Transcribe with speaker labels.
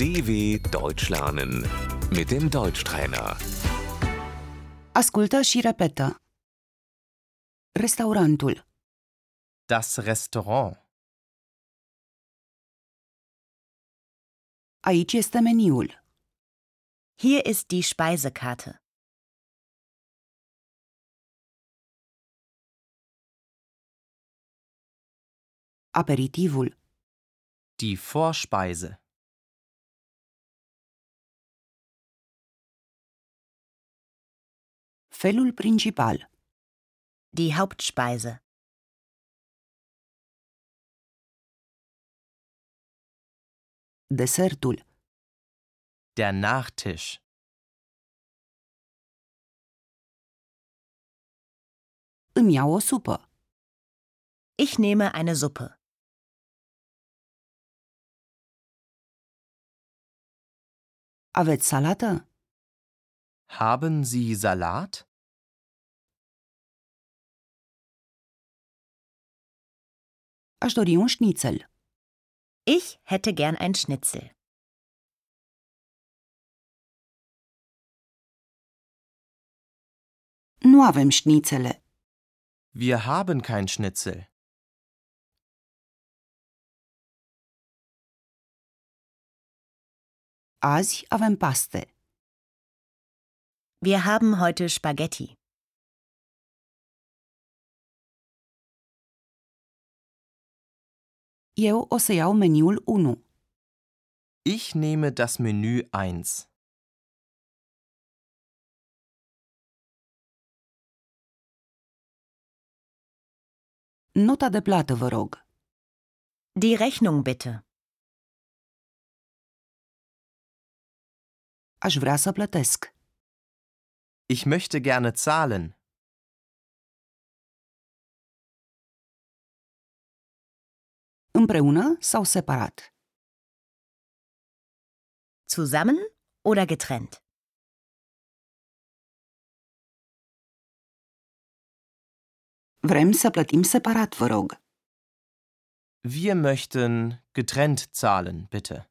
Speaker 1: DW Deutsch lernen mit dem Deutschtrainer.
Speaker 2: Ascultă și repetă. Restaurantul,
Speaker 3: Das Restaurant.
Speaker 2: aici este meniul,
Speaker 4: Hier ist die Speisekarte.
Speaker 2: aperitivul,
Speaker 3: Die Vorspeise.
Speaker 2: felul principal,
Speaker 4: Die Hauptspeise.
Speaker 2: desertul,
Speaker 3: Der Nachtisch.
Speaker 2: îmi iau o supă,
Speaker 4: Ich nehme eine Suppe.
Speaker 2: aveți salată,
Speaker 3: Haben Sie Salat?
Speaker 2: aș dori un șnițel,
Speaker 4: Ich hätte gern ein Schnitzel.
Speaker 2: nu avem șnițele,
Speaker 3: Wir haben kein Schnitzel.
Speaker 2: azi avem paste,
Speaker 4: Wir haben heute Spaghetti.
Speaker 2: eu o să iau meniul 1,
Speaker 3: Ich nehme das Menü 1.
Speaker 2: nota de plată vă rog,
Speaker 4: Die Rechnung bitte.
Speaker 2: aș vrea să plătesc,
Speaker 3: Ich möchte gerne zahlen.
Speaker 2: împreună sau separat,
Speaker 4: Zusammen oder getrennt?
Speaker 2: vrem să plătim separat vă rog,
Speaker 3: Wir möchten getrennt zahlen, bitte.